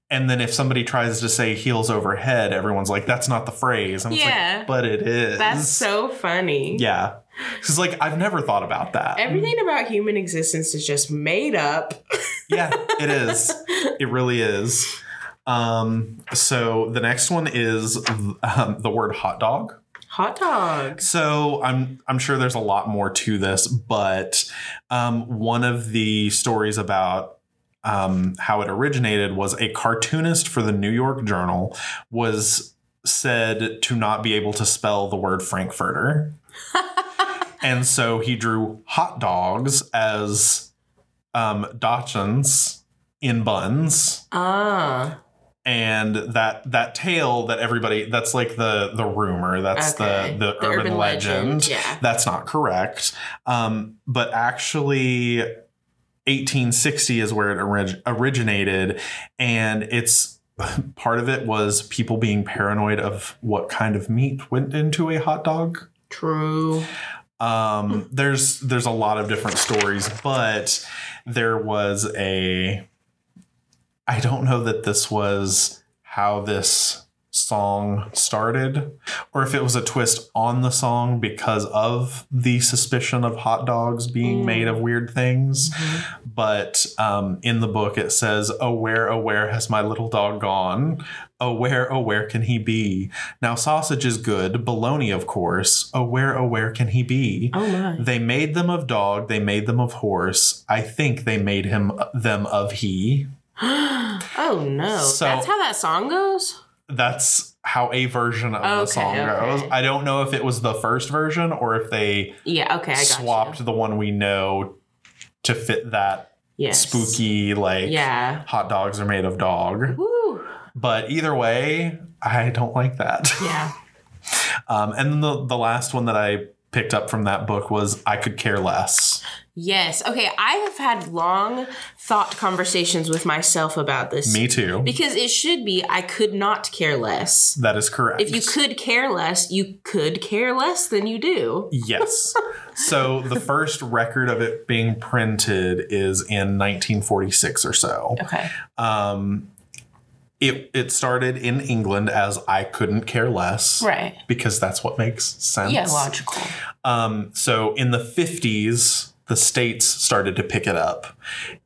[SPEAKER 1] And then if somebody tries to say heels over head, everyone's like, that's not the phrase. And it's
[SPEAKER 3] Yeah.
[SPEAKER 1] like, but it is.
[SPEAKER 3] that's so funny.
[SPEAKER 1] Yeah. Because, like, I've never thought about that.
[SPEAKER 3] Everything about human existence is just made up.
[SPEAKER 1] <laughs> yeah, it is. It really is. Um, so the next one is um, the word hot dog.
[SPEAKER 3] Hot <laughs> dogs.
[SPEAKER 1] So I'm I'm sure there's a lot more to this, but um, one of the stories about um, how it originated was a cartoonist for the New York Journal was said to not be able to spell the word Frankfurter, and so he drew hot dogs as um, dachshunds in buns
[SPEAKER 3] Ah,
[SPEAKER 1] and that that tale that everybody that's like the the rumor that's
[SPEAKER 3] Okay.
[SPEAKER 1] the, the urban, legend,
[SPEAKER 3] Yeah.
[SPEAKER 1] that's not correct um but actually 1860 is where it orig- originated and it's <laughs> part of it was people being paranoid of what kind of meat went into a hot dog
[SPEAKER 3] True.
[SPEAKER 1] um there's there's a lot of different stories but there was a i don't know that this was how this song started or if it was a twist on the song because of the suspicion of hot dogs being
[SPEAKER 3] Mm.
[SPEAKER 1] made of weird things
[SPEAKER 3] Mm-hmm.
[SPEAKER 1] but um, in the book it says oh where oh where has my little dog gone oh where oh where can he be now sausage is good bologna of course oh where oh where can he be
[SPEAKER 3] Oh my.
[SPEAKER 1] they made them of dog they made them of horse i think they made him them of he <gasps>
[SPEAKER 3] oh no.
[SPEAKER 1] So-
[SPEAKER 3] that's how that song goes.
[SPEAKER 1] that's how a version of the
[SPEAKER 3] Okay,
[SPEAKER 1] song goes
[SPEAKER 3] okay.
[SPEAKER 1] i don't know if it was the first version or if they
[SPEAKER 3] Yeah. Okay. I got
[SPEAKER 1] swapped the one we know to fit that
[SPEAKER 3] You. Yes.
[SPEAKER 1] spooky like
[SPEAKER 3] Yeah.
[SPEAKER 1] hot dogs are made of dog
[SPEAKER 3] Woo.
[SPEAKER 1] But either way, I don't like that.
[SPEAKER 3] Yeah.
[SPEAKER 1] <laughs> Um, and then the, the last one that I picked up from that book was I Could Care Less.
[SPEAKER 3] Yes. Okay. I have had long thought conversations with myself about this.
[SPEAKER 1] Me too.
[SPEAKER 3] Because it should be, I could not care less.
[SPEAKER 1] That is correct.
[SPEAKER 3] If you could care less, you could care less than you do.
[SPEAKER 1] Yes. so
[SPEAKER 3] <laughs>
[SPEAKER 1] the first record of it being printed is in 1946 or so.
[SPEAKER 3] Okay.
[SPEAKER 1] Um, it, it started in England as I Couldn't Care Less.
[SPEAKER 3] Right.
[SPEAKER 1] Because that's what makes sense.
[SPEAKER 3] Yeah. Logical.
[SPEAKER 1] Um, so in the 50s, the states started to pick it up,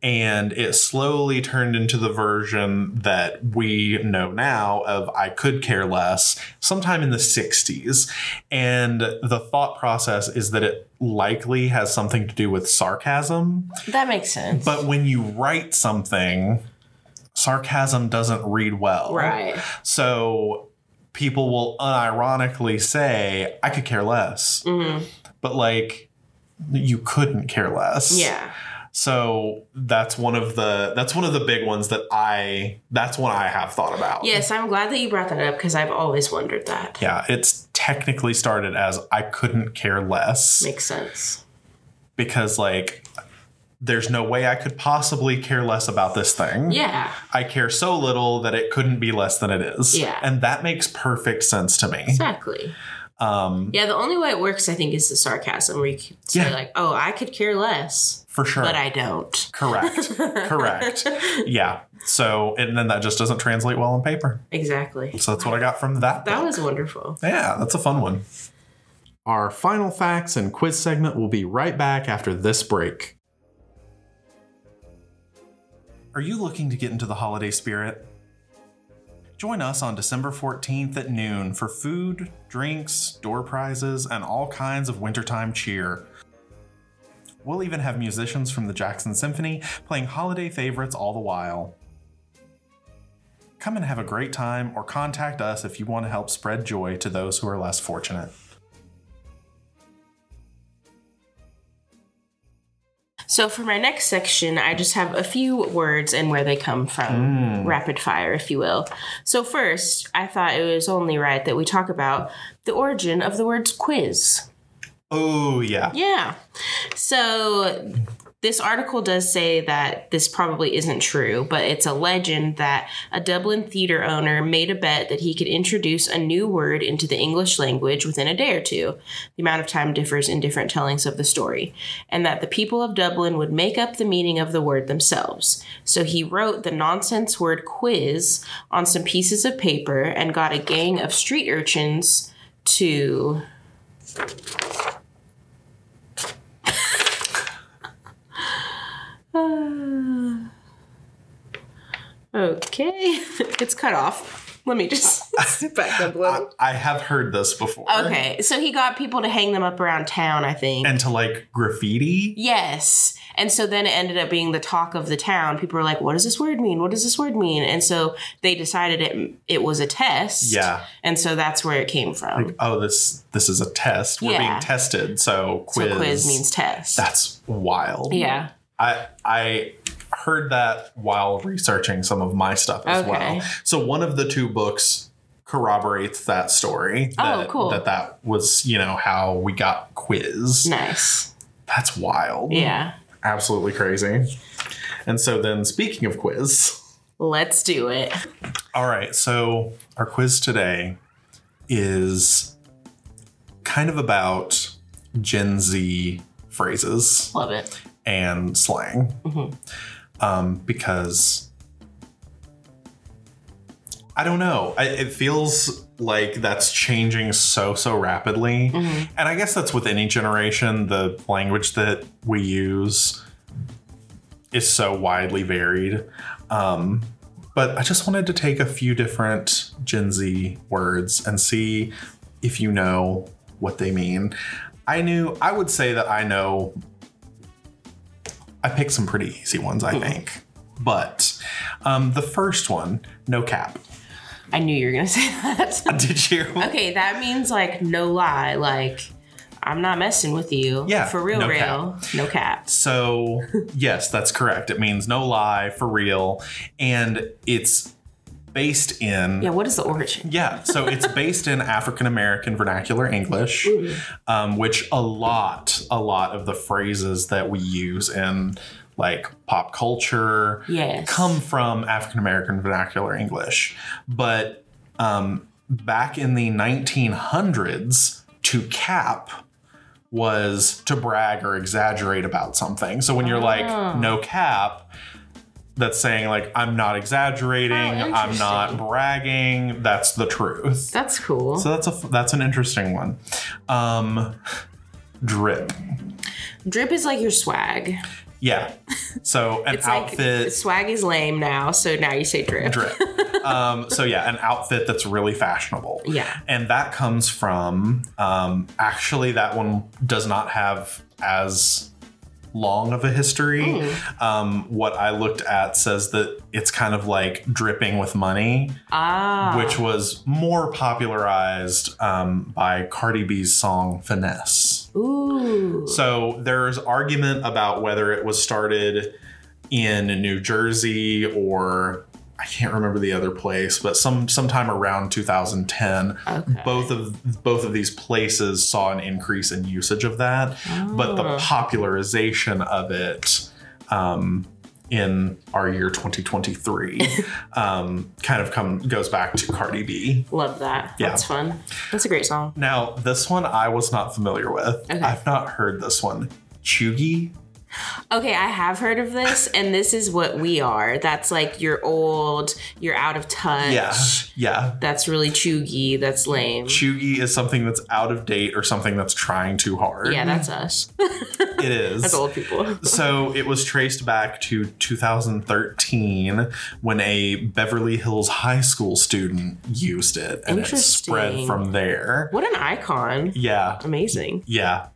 [SPEAKER 1] and it slowly turned into the version that we know now of I Could Care Less sometime in the 60s. And the thought process is that it likely has something to do with sarcasm,
[SPEAKER 3] That makes sense.
[SPEAKER 1] but when you write something, sarcasm doesn't read well.
[SPEAKER 3] right.
[SPEAKER 1] So people will unironically say, I could care less.
[SPEAKER 3] Mm-hmm.
[SPEAKER 1] But like, you couldn't care less.
[SPEAKER 3] Yeah.
[SPEAKER 1] So that's one of the that's one of the big ones that I that's one I have thought about.
[SPEAKER 3] Yes. I'm glad that you brought that up because I've always wondered that.
[SPEAKER 1] Yeah, it's technically started as I couldn't care less
[SPEAKER 3] Makes sense.
[SPEAKER 1] because like there's no way I could possibly care less about this thing.
[SPEAKER 3] Yeah.
[SPEAKER 1] I care so little that it couldn't be less than it is.
[SPEAKER 3] Yeah.
[SPEAKER 1] And that makes perfect sense to me.
[SPEAKER 3] Exactly.
[SPEAKER 1] Um
[SPEAKER 3] Yeah. The only way it works, I think, is the sarcasm where you could say,
[SPEAKER 1] Yeah.
[SPEAKER 3] like, oh, I could care less,
[SPEAKER 1] for sure.
[SPEAKER 3] but I don't. <laughs>
[SPEAKER 1] Correct. <laughs> Correct. Yeah. So, and then that just doesn't translate well on paper.
[SPEAKER 3] Exactly.
[SPEAKER 1] So that's what I got from that.
[SPEAKER 3] That
[SPEAKER 1] book.
[SPEAKER 3] was wonderful.
[SPEAKER 1] yeah, that's a fun one. Our final facts and quiz segment will be right back after this break. Are you looking to get into the holiday spirit? Join us on December 14th at noon for food, drinks, door prizes, and all kinds of wintertime cheer. We'll even have musicians from the Jackson Symphony playing holiday favorites all the while. Come and have a great time or contact us if you want to help spread joy to those who are less fortunate.
[SPEAKER 3] So for my next section, I just have a few words and where they come
[SPEAKER 1] Hmm.
[SPEAKER 3] from, rapid fire, if you will. So first, I thought it was only right that we talk about the origin of the words quiz.
[SPEAKER 1] Oh, yeah.
[SPEAKER 3] Yeah. So this article does say that this probably isn't true, but it's a legend that a Dublin theater owner made a bet that he could introduce a new word into the English language within a day or two. The amount of time differs in different tellings of the story, and that the people of Dublin would make up the meaning of the word themselves. So he wrote the nonsense word quiz on some pieces of paper and got a gang of street urchins to Okay, <laughs> it's cut off. Let me just sit <laughs> back up a
[SPEAKER 1] I,
[SPEAKER 3] little.
[SPEAKER 1] I have heard this before.
[SPEAKER 3] Okay, so he got people to hang them up around town, I think.
[SPEAKER 1] And to like graffiti.
[SPEAKER 3] yes. And so then it ended up being the talk of the town. People were like, what does this word mean? What does this word mean? And so they decided it it was a test.
[SPEAKER 1] Yeah.
[SPEAKER 3] And so that's where it came from.
[SPEAKER 1] Like, oh, this this is a test. We're
[SPEAKER 3] Yeah.
[SPEAKER 1] being tested. So quiz.
[SPEAKER 3] So quiz means test.
[SPEAKER 1] That's wild.
[SPEAKER 3] yeah.
[SPEAKER 1] I I heard that while researching some of my stuff as
[SPEAKER 3] Okay.
[SPEAKER 1] well. So one of the two books corroborates that story.
[SPEAKER 3] Oh,
[SPEAKER 1] That,
[SPEAKER 3] cool.
[SPEAKER 1] That that was you know how we got quiz.
[SPEAKER 3] Nice.
[SPEAKER 1] That's wild.
[SPEAKER 3] Yeah.
[SPEAKER 1] Absolutely crazy. And so then speaking of quiz.
[SPEAKER 3] Let's do it.
[SPEAKER 1] All right, so our quiz today is kind of about Gen Z phrases
[SPEAKER 3] Love it.
[SPEAKER 1] and slang. Um, because I don't know, I, it feels like that's changing so, so rapidly. And I guess that's with any generation, the language that we use is so widely varied. Um, but I just wanted to take a few different Gen Z words and see if you know what they mean. I knew, I would say that I know, I picked some pretty easy ones, I think. But um, the first one, no cap. <laughs>
[SPEAKER 3] I knew you were going to <laughs> say that.
[SPEAKER 1] Did you?
[SPEAKER 3] Okay, that means like no lie, like I'm not messing with you.
[SPEAKER 1] Yeah,
[SPEAKER 3] For real,
[SPEAKER 1] no
[SPEAKER 3] real. No cap.
[SPEAKER 1] So, yes, that's correct. It means no lie, for real. And it's based in.
[SPEAKER 3] Yeah, what is the origin?
[SPEAKER 1] Yeah, so it's based in African American vernacular English, um, which a lot, a lot of the phrases that we use in like pop culture
[SPEAKER 3] Yes.
[SPEAKER 1] come from African American vernacular English. But um, back in the 1900s, to cap was to brag or exaggerate about something. So when you're
[SPEAKER 3] Ah.
[SPEAKER 1] like, no cap, that's saying like I'm not exaggerating,
[SPEAKER 3] How
[SPEAKER 1] I'm not
[SPEAKER 3] interesting.
[SPEAKER 1] bragging. That's the truth.
[SPEAKER 3] That's cool.
[SPEAKER 1] So that's a that's an interesting one. Um, drip.
[SPEAKER 3] Drip is like your swag.
[SPEAKER 1] Yeah. So an
[SPEAKER 3] It's
[SPEAKER 1] outfit.
[SPEAKER 3] like swag is lame now, so now you say drip.
[SPEAKER 1] drip. um, so yeah, an outfit that's really fashionable.
[SPEAKER 3] Yeah.
[SPEAKER 1] and that comes from um, actually that one does not have as long of a history.
[SPEAKER 3] Mm.
[SPEAKER 1] Um, what I looked at says that it's kind of like dripping with money,
[SPEAKER 3] Ah.
[SPEAKER 1] which was more popularized um, by Cardi B's song "Finesse."
[SPEAKER 3] Ooh.
[SPEAKER 1] So there's argument about whether it was started in New Jersey or I can't remember the other place, but some sometime around 2010,
[SPEAKER 3] Okay.
[SPEAKER 1] both of both of these places saw an increase in usage of that, but the
[SPEAKER 3] Ah.
[SPEAKER 1] popularization of it um, in our year 2023 um, kind of come goes back to Cardi B.
[SPEAKER 3] Love that.
[SPEAKER 1] Yeah.
[SPEAKER 3] That's fun. That's a great song.
[SPEAKER 1] Now, this one I was not familiar with.
[SPEAKER 3] Okay.
[SPEAKER 1] I've not heard this one. Chugi
[SPEAKER 3] Okay, I have heard of this, and this is what we are. That's like you're old, you're out of touch.
[SPEAKER 1] Yeah, yeah.
[SPEAKER 3] That's really chuggy. That's lame.
[SPEAKER 1] Chugi is something that's out of date or something that's trying too <laughs> hard.
[SPEAKER 3] yeah, that's us.
[SPEAKER 1] it is.
[SPEAKER 3] That's old people.
[SPEAKER 1] So it was traced back to 2013 when a Beverly Hills high school student used it and it spread
[SPEAKER 3] Interesting.
[SPEAKER 1] from there.
[SPEAKER 3] <laughs> What an icon.
[SPEAKER 1] Yeah,
[SPEAKER 3] Amazing.
[SPEAKER 1] yeah.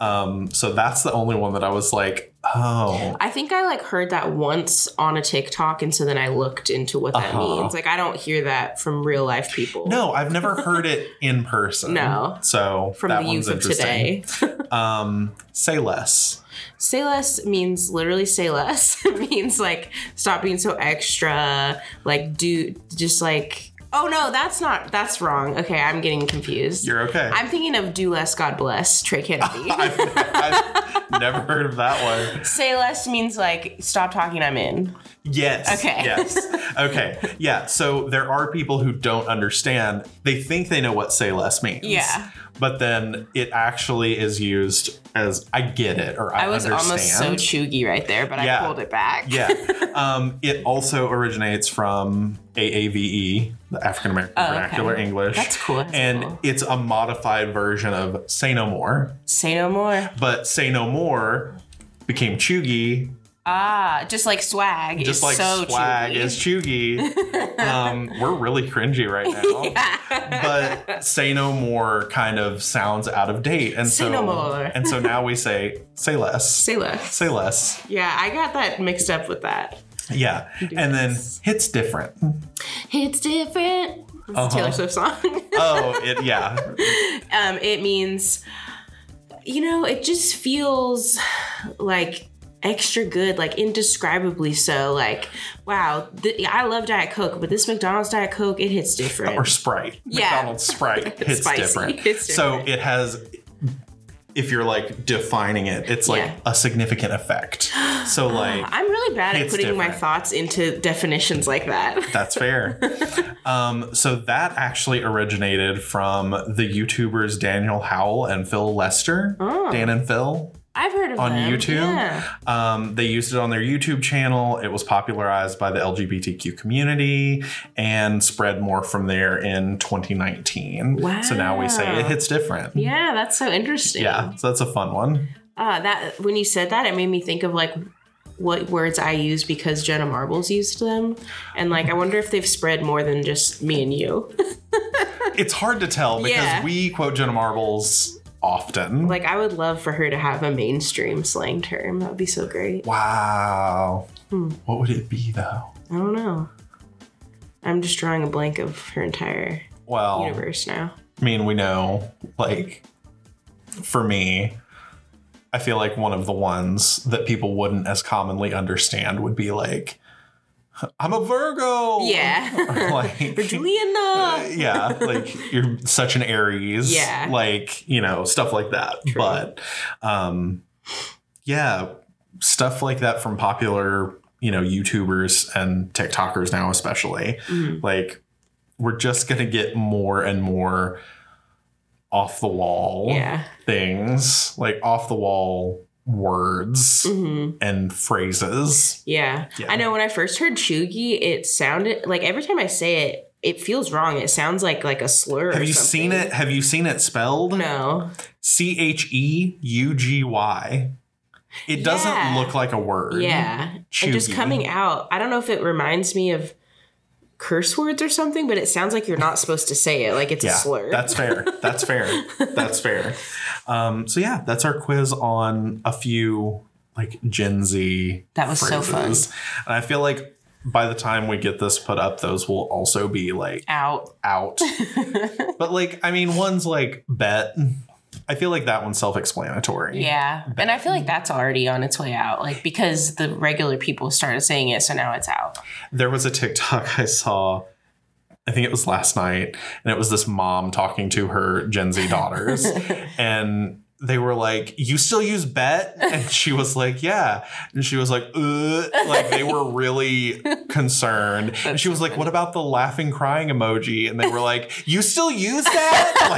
[SPEAKER 1] Um, so that's the only one that I was like, oh,
[SPEAKER 3] I think I like heard that once on a TikTok, and so then I looked into what that
[SPEAKER 1] Uh-huh.
[SPEAKER 3] means. Like, I don't hear that from real life people.
[SPEAKER 1] no, I've never heard
[SPEAKER 3] <laughs>
[SPEAKER 1] it in person.
[SPEAKER 3] No.
[SPEAKER 1] So
[SPEAKER 3] From
[SPEAKER 1] that
[SPEAKER 3] the
[SPEAKER 1] one's
[SPEAKER 3] youth of
[SPEAKER 1] interesting.
[SPEAKER 3] today.
[SPEAKER 1] Um, say less.
[SPEAKER 3] Say less means literally say less. <laughs> it means like stop being so extra. Like do just like oh no, that's not that's wrong. Okay, I'm getting confused.
[SPEAKER 1] You're okay.
[SPEAKER 3] I'm thinking of do less, God bless, Trey Kennedy.
[SPEAKER 1] <laughs> I've, I've never heard of that one.
[SPEAKER 3] say less means like stop talking. I'm in.
[SPEAKER 1] Yes.
[SPEAKER 3] Okay.
[SPEAKER 1] Yes. Okay. Yeah. So there are people who don't understand. They think they know what say less means.
[SPEAKER 3] Yeah.
[SPEAKER 1] But then it actually is used as I get it or I,
[SPEAKER 3] I was
[SPEAKER 1] understand.
[SPEAKER 3] almost so chuggy right there, but
[SPEAKER 1] Yeah.
[SPEAKER 3] I pulled it back.
[SPEAKER 1] yeah. Um, it also originates from AAVE, E, the African American
[SPEAKER 3] Oh, okay.
[SPEAKER 1] Vernacular English.
[SPEAKER 3] That's cool, that's
[SPEAKER 1] and
[SPEAKER 3] cool.
[SPEAKER 1] it's a modified version of Say No More.
[SPEAKER 3] Say no more.
[SPEAKER 1] But Say No More became Chugi
[SPEAKER 3] Ah, just like swag.
[SPEAKER 1] just
[SPEAKER 3] is
[SPEAKER 1] like
[SPEAKER 3] so
[SPEAKER 1] swag
[SPEAKER 3] chuggy.
[SPEAKER 1] is chuggy.
[SPEAKER 3] <laughs>
[SPEAKER 1] um, we're really cringy right now. But say no more kind of sounds out of date, and
[SPEAKER 3] Say
[SPEAKER 1] so
[SPEAKER 3] no more.
[SPEAKER 1] and so now we say say less,
[SPEAKER 3] Say less.
[SPEAKER 1] say less.
[SPEAKER 3] Yeah, I got that mixed up with that.
[SPEAKER 1] Yeah, and then hits different.
[SPEAKER 3] It's different. It's
[SPEAKER 1] Uh-huh.
[SPEAKER 3] a Taylor Swift song. <laughs>
[SPEAKER 1] Oh, it yeah,
[SPEAKER 3] um, it means, you know, it just feels like extra good, like indescribably so. Like, wow, th- I love Diet Coke, but this McDonald's Diet Coke, it hits different.
[SPEAKER 1] or Sprite.
[SPEAKER 3] <laughs> Yeah.
[SPEAKER 1] McDonald's
[SPEAKER 3] <laughs>
[SPEAKER 1] Sprite hits
[SPEAKER 3] Spicy.
[SPEAKER 1] different.
[SPEAKER 3] It's
[SPEAKER 1] So
[SPEAKER 3] different.
[SPEAKER 1] it has. If you're like defining it, it's like
[SPEAKER 3] Yeah.
[SPEAKER 1] a significant effect.
[SPEAKER 3] <gasps>
[SPEAKER 1] So like
[SPEAKER 3] I'm really bad at
[SPEAKER 1] It's
[SPEAKER 3] putting my
[SPEAKER 1] different.
[SPEAKER 3] thoughts into definitions like that. <laughs>
[SPEAKER 1] That's fair. um, so that actually originated from the YouTubers Daniel Howell and Phil Lester,
[SPEAKER 3] Oh.
[SPEAKER 1] Dan and Phil.
[SPEAKER 3] I've heard of
[SPEAKER 1] On
[SPEAKER 3] them.
[SPEAKER 1] YouTube?
[SPEAKER 3] Yeah.
[SPEAKER 1] Um, they used it on their YouTube channel. It was popularized by the LGBTQ community and spread more from there in 2019. So now we say it
[SPEAKER 3] Wow.
[SPEAKER 1] hits different.
[SPEAKER 3] Yeah, that's so interesting.
[SPEAKER 1] Yeah, so that's a fun one.
[SPEAKER 3] Uh, that when you said that, it made me think of like what words I use because Jenna Marbles used them, and like I wonder if they've spread more than just me and you. <laughs>
[SPEAKER 1] It's hard to tell because
[SPEAKER 3] Yeah.
[SPEAKER 1] we quote Jenna Marbles often.
[SPEAKER 3] like I would love for her to have a mainstream slang term. That would be so great.
[SPEAKER 1] wow.
[SPEAKER 3] Hmm.
[SPEAKER 1] What would it be though?
[SPEAKER 3] I don't know. I'm just drawing a blank of her entire
[SPEAKER 1] Well,
[SPEAKER 3] universe now.
[SPEAKER 1] I mean, we know, like, for me, I feel like one of the ones that people wouldn't as commonly understand would be like, I'm a Virgo. Or
[SPEAKER 3] Yeah.
[SPEAKER 1] <laughs> like,
[SPEAKER 3] Juliana.
[SPEAKER 1] <laughs> yeah, like you're such an Aries.
[SPEAKER 3] Yeah.
[SPEAKER 1] Like, you know, stuff like that. But um yeah, stuff like that from popular, you know, YouTubers and TikTokers now especially.
[SPEAKER 3] Mm-hmm.
[SPEAKER 1] Like we're just going to get more and more off the wall
[SPEAKER 3] Yeah.
[SPEAKER 1] things, like off the wall words
[SPEAKER 3] Mhm.
[SPEAKER 1] and phrases.
[SPEAKER 3] Yeah.
[SPEAKER 1] Yeah.
[SPEAKER 3] I know when I first heard chuggy, it sounded like every time I say it, it feels wrong. It sounds like like a slur. or
[SPEAKER 1] Have you seen
[SPEAKER 3] something.
[SPEAKER 1] it? Have you seen it spelled?
[SPEAKER 3] No.
[SPEAKER 1] C H E U G Y. It doesn't
[SPEAKER 3] Yeah.
[SPEAKER 1] look like a word.
[SPEAKER 3] Yeah. And just
[SPEAKER 1] Chuggy.
[SPEAKER 3] coming out, I don't know if it reminds me of curse words or something, but it sounds like you're not supposed to say it. Like it's
[SPEAKER 1] Yeah,
[SPEAKER 3] a slur.
[SPEAKER 1] that's fair. That's
[SPEAKER 3] <laughs>
[SPEAKER 1] fair. that's fair. Um, so yeah, that's our quiz on a few like Gen Z.
[SPEAKER 3] That was so
[SPEAKER 1] phrases. and I feel like by the time we get this put up, those will also be like
[SPEAKER 3] out. <laughs>
[SPEAKER 1] out. but like, I mean, one's like bet. I feel like that one's self-explanatory.
[SPEAKER 3] Yeah. And I feel like that's already on its way out, like because the regular people started saying it, so now it's out.
[SPEAKER 1] there was a TikTok <laughs> I saw. I think it was last night, and it was this mom talking to her Gen Z daughters, and they were like, "You still use bet?" And she was like, "Yeah," and she was like, Ugh. "Like they were really concerned." and she was like, "What about the laughing crying emoji?" And they were like, "You still use that?"
[SPEAKER 3] <laughs>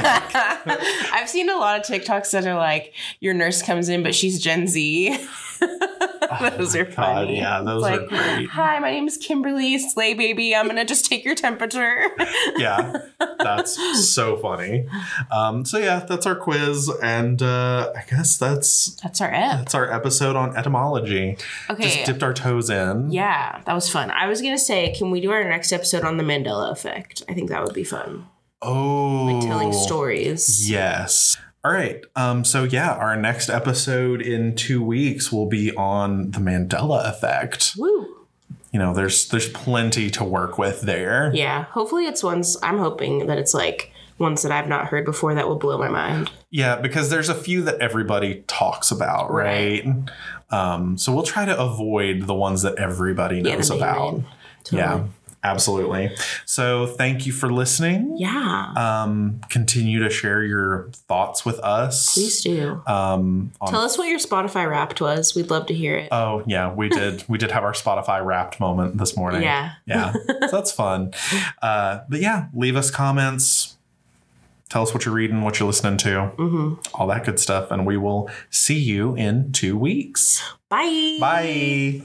[SPEAKER 1] Like,
[SPEAKER 3] I've seen a lot of TikToks that are like, your nurse comes in, but she's Gen Z. <laughs> those
[SPEAKER 1] Oh my
[SPEAKER 3] are
[SPEAKER 1] God,
[SPEAKER 3] funny.
[SPEAKER 1] yeah,
[SPEAKER 3] It's
[SPEAKER 1] those
[SPEAKER 3] like,
[SPEAKER 1] are great.
[SPEAKER 3] Hi, my name is Kimberly Slay Baby. I'm gonna just take your temperature. <laughs>
[SPEAKER 1] yeah, that's so funny. Um, so yeah, that's our quiz, and uh, I guess that's
[SPEAKER 3] That's our app.
[SPEAKER 1] that's our episode on etymology.
[SPEAKER 3] Okay.
[SPEAKER 1] Just dipped our toes in.
[SPEAKER 3] yeah, that was fun. I was gonna say, can we do our next episode on the Mandela effect? I think that would be fun.
[SPEAKER 1] Oh,
[SPEAKER 3] Like telling stories.
[SPEAKER 1] Yes. All right. Um, so yeah, our next episode in two weeks will be on the Mandela effect.
[SPEAKER 3] Woo.
[SPEAKER 1] You know, there's there's plenty to work with there.
[SPEAKER 3] Yeah. Hopefully, it's ones. I'm hoping that it's like ones that I've not heard before that will blow my mind.
[SPEAKER 1] Yeah, because there's a few that everybody talks about, right? Um, so we'll try to avoid the ones that everybody
[SPEAKER 3] Yeah, the
[SPEAKER 1] knows
[SPEAKER 3] main
[SPEAKER 1] about.
[SPEAKER 3] one.
[SPEAKER 1] Yeah, absolutely. So thank you for listening.
[SPEAKER 3] Yeah.
[SPEAKER 1] Um, continue to share your thoughts with us.
[SPEAKER 3] Please do.
[SPEAKER 1] Um, on,
[SPEAKER 3] Tell us what your Spotify Wrapped was. We'd love to hear it.
[SPEAKER 1] oh yeah, <laughs> we did. we did have our Spotify Wrapped moment this morning.
[SPEAKER 3] Yeah.
[SPEAKER 1] yeah, so that's <laughs> fun. Uh, but yeah, leave us comments. Tell us what you're reading, what you're listening to,
[SPEAKER 3] Mm-hmm.
[SPEAKER 1] all that good stuff, and we will see you in two weeks.
[SPEAKER 3] Bye.
[SPEAKER 1] Bye.